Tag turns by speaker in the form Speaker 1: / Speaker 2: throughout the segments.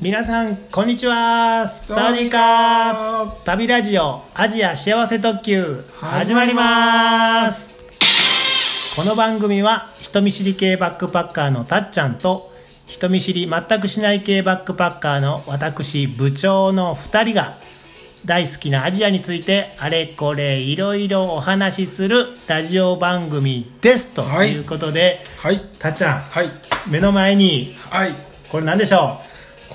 Speaker 1: 皆さんこんにちはサワディーカー旅ラジオアジア幸せ特急始まりますこの番組は人見知り系バックパッカーのたっちゃんと人見知り全くしない系バックパッカーの私部長の2人が大好きなアジアについてあれこれいろいろお話しするラジオ番組ですと
Speaker 2: はい
Speaker 1: いうことで、
Speaker 2: はい
Speaker 1: たっちゃん
Speaker 2: はい
Speaker 1: 目の前に
Speaker 2: はい
Speaker 1: これ何でしょ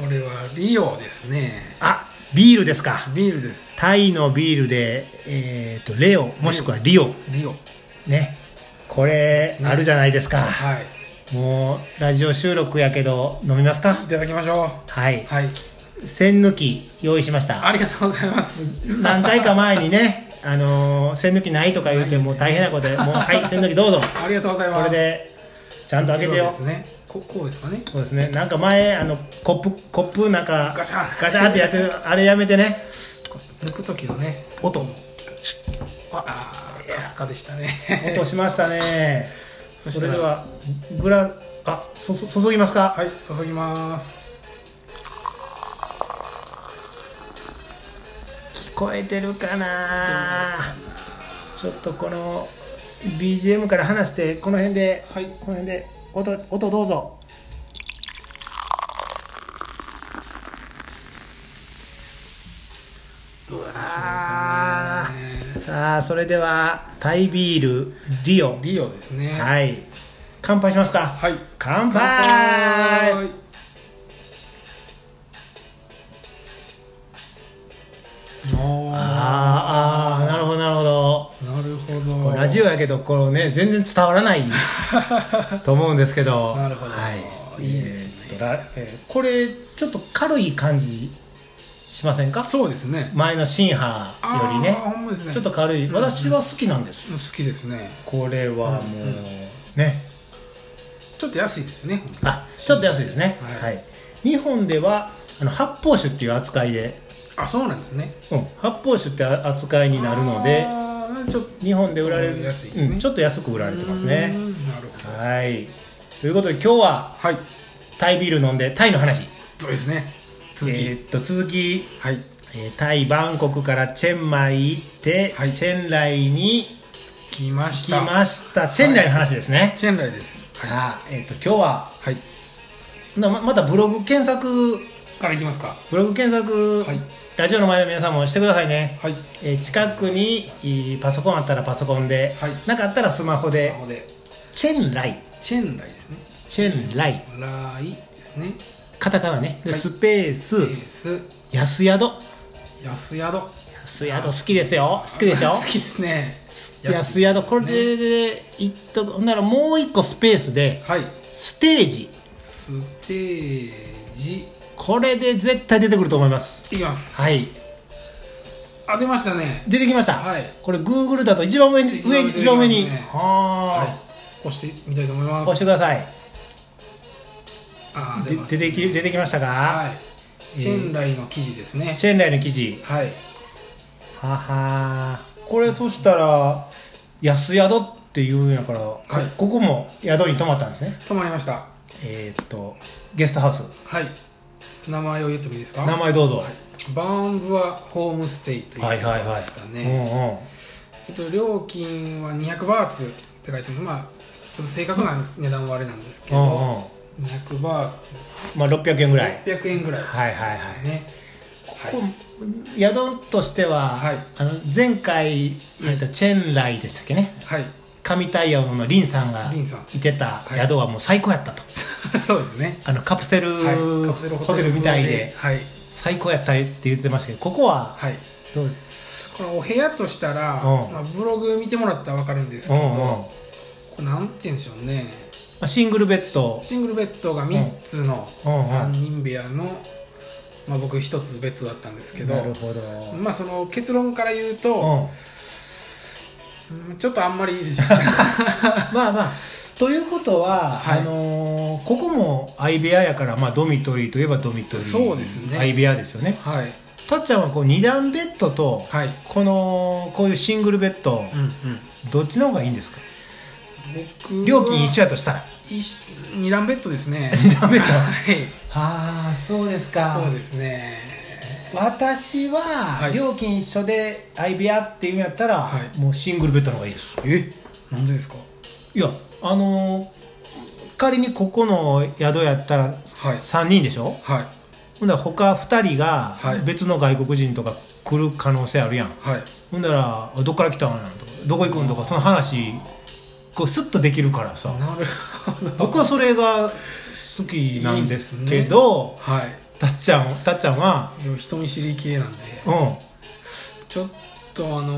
Speaker 1: う
Speaker 2: これはリオですね
Speaker 1: あビールですか
Speaker 2: ビールです
Speaker 1: タイのビールで、えー、とレオもしくはリオ
Speaker 2: リオ
Speaker 1: ねこれ
Speaker 2: ね
Speaker 1: あるじゃないですか
Speaker 2: はい
Speaker 1: もうラジオ収録やけど飲みますか
Speaker 2: いただきましょ
Speaker 1: はい、
Speaker 2: うはい
Speaker 1: 栓抜き用意しました
Speaker 2: ありがとうございます
Speaker 1: 何回か前にね、あのー栓抜きないとか言うてもう大変なことでもう はい栓抜きどうぞ
Speaker 2: ありがとうございま
Speaker 1: こ
Speaker 2: す
Speaker 1: れでちゃんと開けてよ
Speaker 2: ですねここうですかね
Speaker 1: そうですねなんか前あのコップコップなんか
Speaker 2: ガシャン
Speaker 1: ガシャンってやってるあれやめてね
Speaker 2: 抜く時のね
Speaker 1: 音
Speaker 2: あーかすかでしたね
Speaker 1: 音しましたね
Speaker 2: そし
Speaker 1: そ
Speaker 2: た
Speaker 1: れ
Speaker 2: ら
Speaker 1: ではグラあそそ注ぎますか、
Speaker 2: はい注ぎます
Speaker 1: 聞こえてるかなちょっとこの BGM から離してこの辺で、
Speaker 2: はい
Speaker 1: この辺で音音どうぞ
Speaker 2: どうだろう
Speaker 1: あ
Speaker 2: ね
Speaker 1: さあそれではタイビールリオ
Speaker 2: リオですね
Speaker 1: はい乾杯しますか
Speaker 2: はい
Speaker 1: 乾杯
Speaker 2: 乾杯おー
Speaker 1: あーあーなるほどなるほど
Speaker 2: なる
Speaker 1: こ
Speaker 2: ほ
Speaker 1: う
Speaker 2: ど
Speaker 1: ラジオやけどこう、ね、全然伝わら ないと思うんですけど
Speaker 2: なるほど
Speaker 1: はい、
Speaker 2: いいですね
Speaker 1: えーとらえーこれちょっと軽い感じしませんか
Speaker 2: そうですね
Speaker 1: 前の新波よりね
Speaker 2: あーほんまですね
Speaker 1: ちょっと軽い私は好きなんです、
Speaker 2: 好きですね
Speaker 1: これはもう、
Speaker 2: うんうん
Speaker 1: ね
Speaker 2: ちょっと安いですね
Speaker 1: あちょっと安いですね、は
Speaker 2: はい
Speaker 1: い日本ではあの発泡酒っていう扱いで、
Speaker 2: あそうなんですね
Speaker 1: うん、発泡酒ってあ扱いになるので
Speaker 2: あーちょっと
Speaker 1: 日本で売られる、
Speaker 2: 安いですね
Speaker 1: うんちょっと安く売られてますね、
Speaker 2: うーんなるほど
Speaker 1: はい。ということで今日は
Speaker 2: はい
Speaker 1: タイビール飲んでタイの話。
Speaker 2: そうですね続
Speaker 1: え
Speaker 2: き
Speaker 1: ーっと続き、
Speaker 2: はい
Speaker 1: えータイバンコクからチェンマイ行って、
Speaker 2: はい
Speaker 1: チェンライに
Speaker 2: 来まし
Speaker 1: 着き
Speaker 2: た
Speaker 1: ました。チェンライの話ですね。
Speaker 2: チェンライです
Speaker 1: さあ、えーっと今日は
Speaker 2: はい
Speaker 1: なままたブログ検索
Speaker 2: からいきますか
Speaker 1: ブログ検索、
Speaker 2: はい
Speaker 1: ラジオの前の皆さんもしてくださいね。
Speaker 2: はい
Speaker 1: えー近くにいいパソコンあったらパソコンで、
Speaker 2: はい
Speaker 1: なかったらスマホで
Speaker 2: なので
Speaker 1: チェンライ
Speaker 2: チェンライですね
Speaker 1: チェンライ
Speaker 2: ライですね
Speaker 1: カタカナね、で
Speaker 2: はい
Speaker 1: スペース、
Speaker 2: エース
Speaker 1: 安宿
Speaker 2: 安宿好
Speaker 1: 安宿好きですよ好きでしょ
Speaker 2: 好きですね
Speaker 1: 安宿これでいっとほんならもう一個スペースで
Speaker 2: はい
Speaker 1: ステージ
Speaker 2: ステージ
Speaker 1: これで絶対出てくると思います
Speaker 2: いきます
Speaker 1: はい
Speaker 2: あ出ましたね
Speaker 1: 出てきました、
Speaker 2: はい
Speaker 1: これ Google だと一番上に
Speaker 2: 一番
Speaker 1: 上
Speaker 2: 上に
Speaker 1: 一番上に
Speaker 2: 出てきますねは
Speaker 1: はい
Speaker 2: 押してみたいと思います
Speaker 1: 押してください
Speaker 2: あー
Speaker 1: で
Speaker 2: ま
Speaker 1: 出
Speaker 2: す
Speaker 1: てき出てきましたか、
Speaker 2: はい、チェンライの記事ですね、
Speaker 1: チェーンライの記事
Speaker 2: はい
Speaker 1: ははこれそしたら安宿っていうんやから、
Speaker 2: い
Speaker 1: ここも宿に泊まったんですね
Speaker 2: 止まりました
Speaker 1: えーっとゲストハウス
Speaker 2: はい名前を言ってもいいですか
Speaker 1: 名前どうぞ、
Speaker 2: バーンブアホームステイという
Speaker 1: はいはい
Speaker 2: ところ
Speaker 1: はい
Speaker 2: でした。
Speaker 1: う
Speaker 2: ね、
Speaker 1: んうん。
Speaker 2: ちょっと料金は200バーツって書いてますまあちょっと正確な値段はあれなんですけ
Speaker 1: う
Speaker 2: ど、
Speaker 1: んうん。
Speaker 2: 200バーツ
Speaker 1: まあ六百円ぐらい。
Speaker 2: 600円ぐらい
Speaker 1: はいはいはい
Speaker 2: ですね
Speaker 1: ここ宿としては、
Speaker 2: はい
Speaker 1: あの前回、えっとチェンライでしたっけね。
Speaker 2: はい、は
Speaker 1: 神タイヤのリンさんが
Speaker 2: リンさん
Speaker 1: いてた
Speaker 2: はい
Speaker 1: 宿はもう最高やったと。
Speaker 2: いそうですね、
Speaker 1: あのカプセル,、
Speaker 2: はい、カプセル
Speaker 1: ホテルみたいで
Speaker 2: はい
Speaker 1: 最高やったって言ってましたけど、ここは
Speaker 2: はい
Speaker 1: どうです
Speaker 2: このお部屋としたら、
Speaker 1: うん
Speaker 2: まあ、ブログ見てもらったら分かるんですけ
Speaker 1: う
Speaker 2: ど、
Speaker 1: んうん。ま
Speaker 2: これなんて言うんでしょうね
Speaker 1: あシングルベッド。
Speaker 2: シングルベッドが3つの
Speaker 1: うんうんうん
Speaker 2: 3人部屋の、まあ、僕1つベッドだったんですけど
Speaker 1: なるほど。
Speaker 2: まあその結論から言う
Speaker 1: う
Speaker 2: と、
Speaker 1: ん。
Speaker 2: うんちょっとあんまりい いでした
Speaker 1: まあまあということは、
Speaker 2: はい
Speaker 1: あのーここも相部屋やから、まあ、ドミトリーといえばドミトリー
Speaker 2: そうですね
Speaker 1: 相部屋ですよね
Speaker 2: はい
Speaker 1: たっちゃんはこう2段ベッドと、
Speaker 2: はい
Speaker 1: このこういうシングルベッド、
Speaker 2: うんうん
Speaker 1: どっちの方がいいんですか
Speaker 2: 僕 は
Speaker 1: 料金一緒やとしたら
Speaker 2: 2段ベッドですね
Speaker 1: 二段ベッド
Speaker 2: はい
Speaker 1: はあそうですか
Speaker 2: そうですね
Speaker 1: 私は
Speaker 2: はい
Speaker 1: 料金一緒で相部屋っていうんやったら、
Speaker 2: はい
Speaker 1: もうシングルベッドの方がいいです
Speaker 2: えなんでですか
Speaker 1: いやあのー仮にここの宿やったら
Speaker 2: はい
Speaker 1: 3人でしょ
Speaker 2: はい
Speaker 1: ほんだら他2人が
Speaker 2: はい
Speaker 1: 別の外国人とか来る可能性あるやん、
Speaker 2: はい
Speaker 1: ほんだら「どっから来たん?」とか「どこ行くん?」とかその話こうスッとできるからさ
Speaker 2: なるほど
Speaker 1: 僕はそれが好きなんですけど
Speaker 2: はい
Speaker 1: たっちゃんたっちゃんは
Speaker 2: でも人見知り系なんで
Speaker 1: うん
Speaker 2: ちょっとあの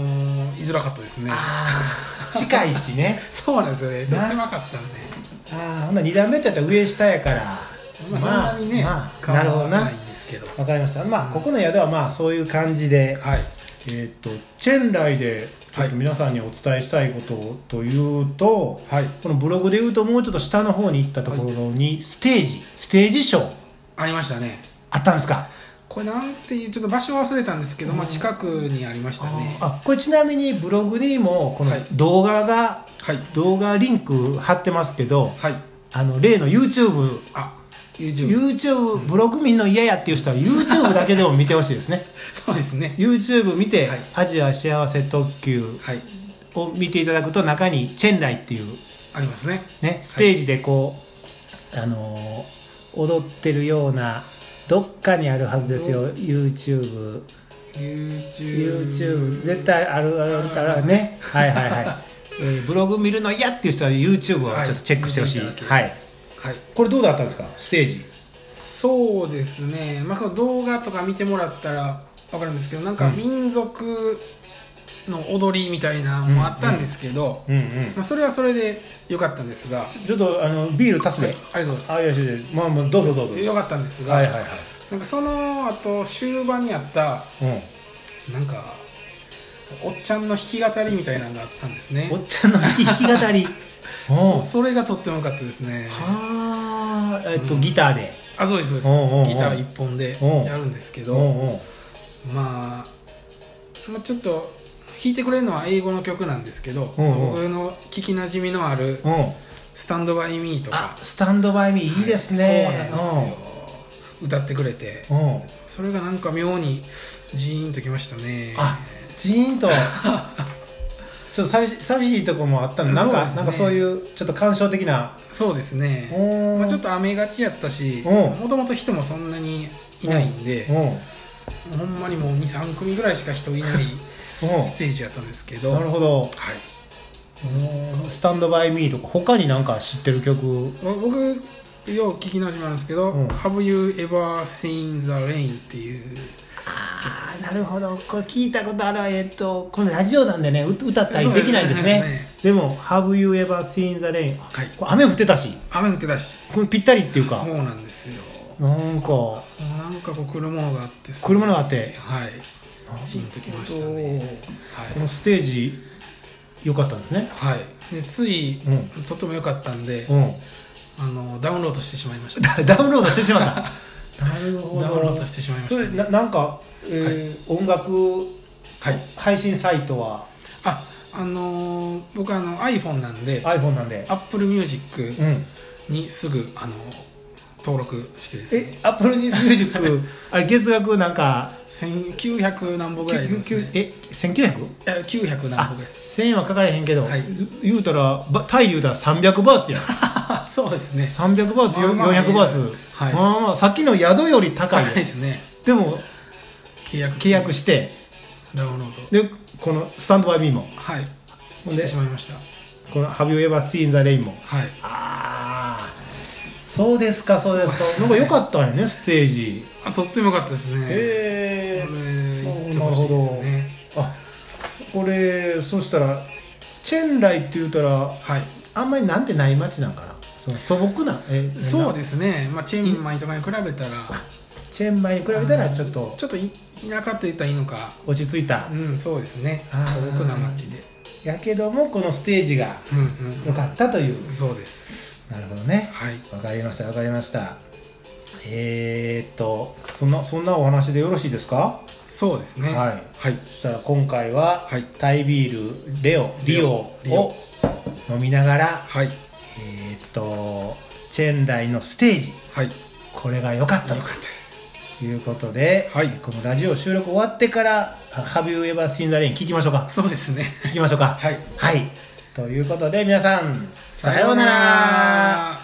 Speaker 2: ー、居づらかったですね
Speaker 1: あ近いし ね
Speaker 2: そうなんですよねちょっと
Speaker 1: な
Speaker 2: 狭かったんで
Speaker 1: ああほんな2段目ってやったら上下やから
Speaker 2: まあそんなにね、
Speaker 1: まあ、
Speaker 2: 変わ
Speaker 1: なる
Speaker 2: ら
Speaker 1: ほどな
Speaker 2: ないんですけど
Speaker 1: わかりましたまあここの宿はまあそういう感じで、
Speaker 2: はい
Speaker 1: えっ、とチェンライでちょっと皆さんにお伝えしたいことというと、
Speaker 2: はい
Speaker 1: このブログで言うともうちょっと下の方に行ったところにステージ、ステージショー
Speaker 2: ありましたね
Speaker 1: あったんですか、
Speaker 2: これなんていうちょっと場所忘れたんですけど、まあ近くにありましたね
Speaker 1: あこれちなみにブログにもこの
Speaker 2: はい
Speaker 1: 動画が、
Speaker 2: はい
Speaker 1: 動画リンク貼ってますけど
Speaker 2: はい
Speaker 1: あの例の YouTube
Speaker 2: あ YouTube
Speaker 1: YouTube ブログ見んの嫌やっていう人は YouTube だけでも見てほしいです ね
Speaker 2: そうですね
Speaker 1: YouTube 見て、
Speaker 2: はい
Speaker 1: アジア幸せ特急
Speaker 2: はい
Speaker 1: を見ていただくと中にチェンライっていう
Speaker 2: ありますね
Speaker 1: ね、ステージでこう、あのー踊ってるようなどっかにあるはずですよ YouTubeYouTube
Speaker 2: YouTube
Speaker 1: 絶対あるあるからねはいはいはい、 えーブログ見るの嫌っていう人は YouTube をちょっとチェックしてほしい、
Speaker 2: は
Speaker 1: はいい
Speaker 2: はい
Speaker 1: これどうだったんですかステージ
Speaker 2: そうですね、まあ、この動画とか見てもらったら分かるんですけどなんか
Speaker 1: うん
Speaker 2: 民族の踊りみたいなのもあったんですけど、
Speaker 1: うんうん
Speaker 2: まあ、それはそれで良かったんですが、はい、
Speaker 1: ちょっとあのビール足すで、
Speaker 2: ありがとうございま
Speaker 1: あいやいやいやまあまあどうぞどうぞ
Speaker 2: す良かったんですが、
Speaker 1: はいはいはい
Speaker 2: なんかその後終盤にあった
Speaker 1: う
Speaker 2: なんかおっちゃんの弾き語りみたいなのがあったんですね
Speaker 1: ん、おっちゃんの弾き語り
Speaker 2: そううんそれがとっても良かったですね
Speaker 1: はあえっと、
Speaker 2: うん
Speaker 1: ギターで
Speaker 2: あそうですそうです
Speaker 1: おうおうおう
Speaker 2: ギター一本で
Speaker 1: おう
Speaker 2: やるんですけ
Speaker 1: う
Speaker 2: ど
Speaker 1: んうん
Speaker 2: まあ、まあちょっと弾いてくれるのは英語の曲なんですけど、
Speaker 1: うんうん
Speaker 2: 僕の聞きなじみのある
Speaker 1: うん
Speaker 2: 「スタンドバイミーと
Speaker 1: あ
Speaker 2: か
Speaker 1: スタンドバイミーいいですね、
Speaker 2: そうなんですよ、歌ってくれて
Speaker 1: うんうん
Speaker 2: それがなんか妙にジーンときましたね
Speaker 1: あジーンと ちょっと寂し寂しいとこもあったのなん
Speaker 2: そう
Speaker 1: か、
Speaker 2: ですね
Speaker 1: なんかそういうちょっと感傷的な
Speaker 2: そうですね、
Speaker 1: おー
Speaker 2: まあ、ちょっと雨がちやったし
Speaker 1: うん
Speaker 2: もともと人もそんなにいないんで
Speaker 1: うんうん
Speaker 2: ほんまにもう23組ぐらいしか人いないステージやったんですけど
Speaker 1: なるほど
Speaker 2: はい
Speaker 1: スタンドバイミーとか他になんか知ってる曲
Speaker 2: ぼ僕よう聞きなじみなんですけど「
Speaker 1: うん
Speaker 2: Have You Ever Seen the Rain」っていう
Speaker 1: ああなるほどこれ聞いたことあるえっとこのラジオなんでねう歌ったりできないんですね
Speaker 2: そうですね
Speaker 1: でも「Have you ever seen the rain」
Speaker 2: はい
Speaker 1: これ雨降ってたし
Speaker 2: 雨降ってたし
Speaker 1: これぴったりっていうか
Speaker 2: そうなんですよ
Speaker 1: なんか
Speaker 2: もうなんかこう来るものがあってすごい
Speaker 1: 車があって
Speaker 2: はいジーンときました
Speaker 1: なる
Speaker 2: ね
Speaker 1: このステージ良かったんですね
Speaker 2: はい、はい、でつい、
Speaker 1: う
Speaker 2: とっても良かったんで、
Speaker 1: うん
Speaker 2: あのダウンロードしてしま いました
Speaker 1: ダウンロードしてしまったなるほ
Speaker 2: ダウンロードしてしまいま
Speaker 1: そ
Speaker 2: し
Speaker 1: れ
Speaker 2: たね
Speaker 1: ななんか、えー音楽
Speaker 2: はい
Speaker 1: 配信サイトは
Speaker 2: ああのー僕あの iPhone なんで
Speaker 1: iPhone なんで
Speaker 2: Apple Music
Speaker 1: うん
Speaker 2: にすぐ、あの登録してですね
Speaker 1: えアップルミュージック あれ月額なんか
Speaker 2: 1900何本ぐらいあります
Speaker 1: 9
Speaker 2: ね
Speaker 1: え 1900?
Speaker 2: いや900何
Speaker 1: あ
Speaker 2: 本ぐらいです
Speaker 1: 1000円はかからへんけど、
Speaker 2: はい
Speaker 1: 言うたらばタイで言うたら300バー ツやん
Speaker 2: あそうですね
Speaker 1: 300バーツよ
Speaker 2: まあまあ
Speaker 1: 400バーツ、
Speaker 2: はい
Speaker 1: まあまあさっきの宿より高いよ
Speaker 2: 高いですね
Speaker 1: でも
Speaker 2: 契約
Speaker 1: 契約して
Speaker 2: ダウンロー
Speaker 1: でこのスタンドバイビーも
Speaker 2: ドはい
Speaker 1: ほん
Speaker 2: し
Speaker 1: で
Speaker 2: てしまいました
Speaker 1: この「Have you ever seen the rain」も
Speaker 2: はい
Speaker 1: ああそうですかそうですかなんか良かったよねステージ
Speaker 2: あとってもよかったですね
Speaker 1: へ
Speaker 2: これ行って
Speaker 1: なる
Speaker 2: ほしいです
Speaker 1: ほ
Speaker 2: ね
Speaker 1: どあこれそしたらチェンライって言うたら
Speaker 2: はい
Speaker 1: あんまりなんてない町なんかなその素朴なえ
Speaker 2: そう
Speaker 1: す
Speaker 2: ですね、まあ、チェンマイとかに比べたら
Speaker 1: チェンマイに比べたらちょっと
Speaker 2: ちょっとい田舎と言ったらいいのか
Speaker 1: 落ち着いた
Speaker 2: うんそうですね
Speaker 1: あー
Speaker 2: 素朴な街で
Speaker 1: やけどもこのステージが
Speaker 2: うん
Speaker 1: 良かったという
Speaker 2: うんそうです
Speaker 1: なるほどね
Speaker 2: はい
Speaker 1: わかりましたわかりましたえー、っとそんなそんなお話でよろしいですか
Speaker 2: そうですね
Speaker 1: はい
Speaker 2: はい
Speaker 1: そしたら今回は、
Speaker 2: はい
Speaker 1: タイビールレオリオ
Speaker 2: リオ
Speaker 1: を飲みながら、
Speaker 2: はい
Speaker 1: えーっとチェンライのステージ
Speaker 2: はいよ
Speaker 1: これが良かっ
Speaker 2: か
Speaker 1: た
Speaker 2: っ
Speaker 1: と
Speaker 2: たです
Speaker 1: いうことで、
Speaker 2: はい
Speaker 1: このラジオ収録終わってから「Have you ever seen the rain」聞きましょうか
Speaker 2: そうですね
Speaker 1: 聞きましょうか
Speaker 2: はい
Speaker 1: はい、ということで皆さんさようなら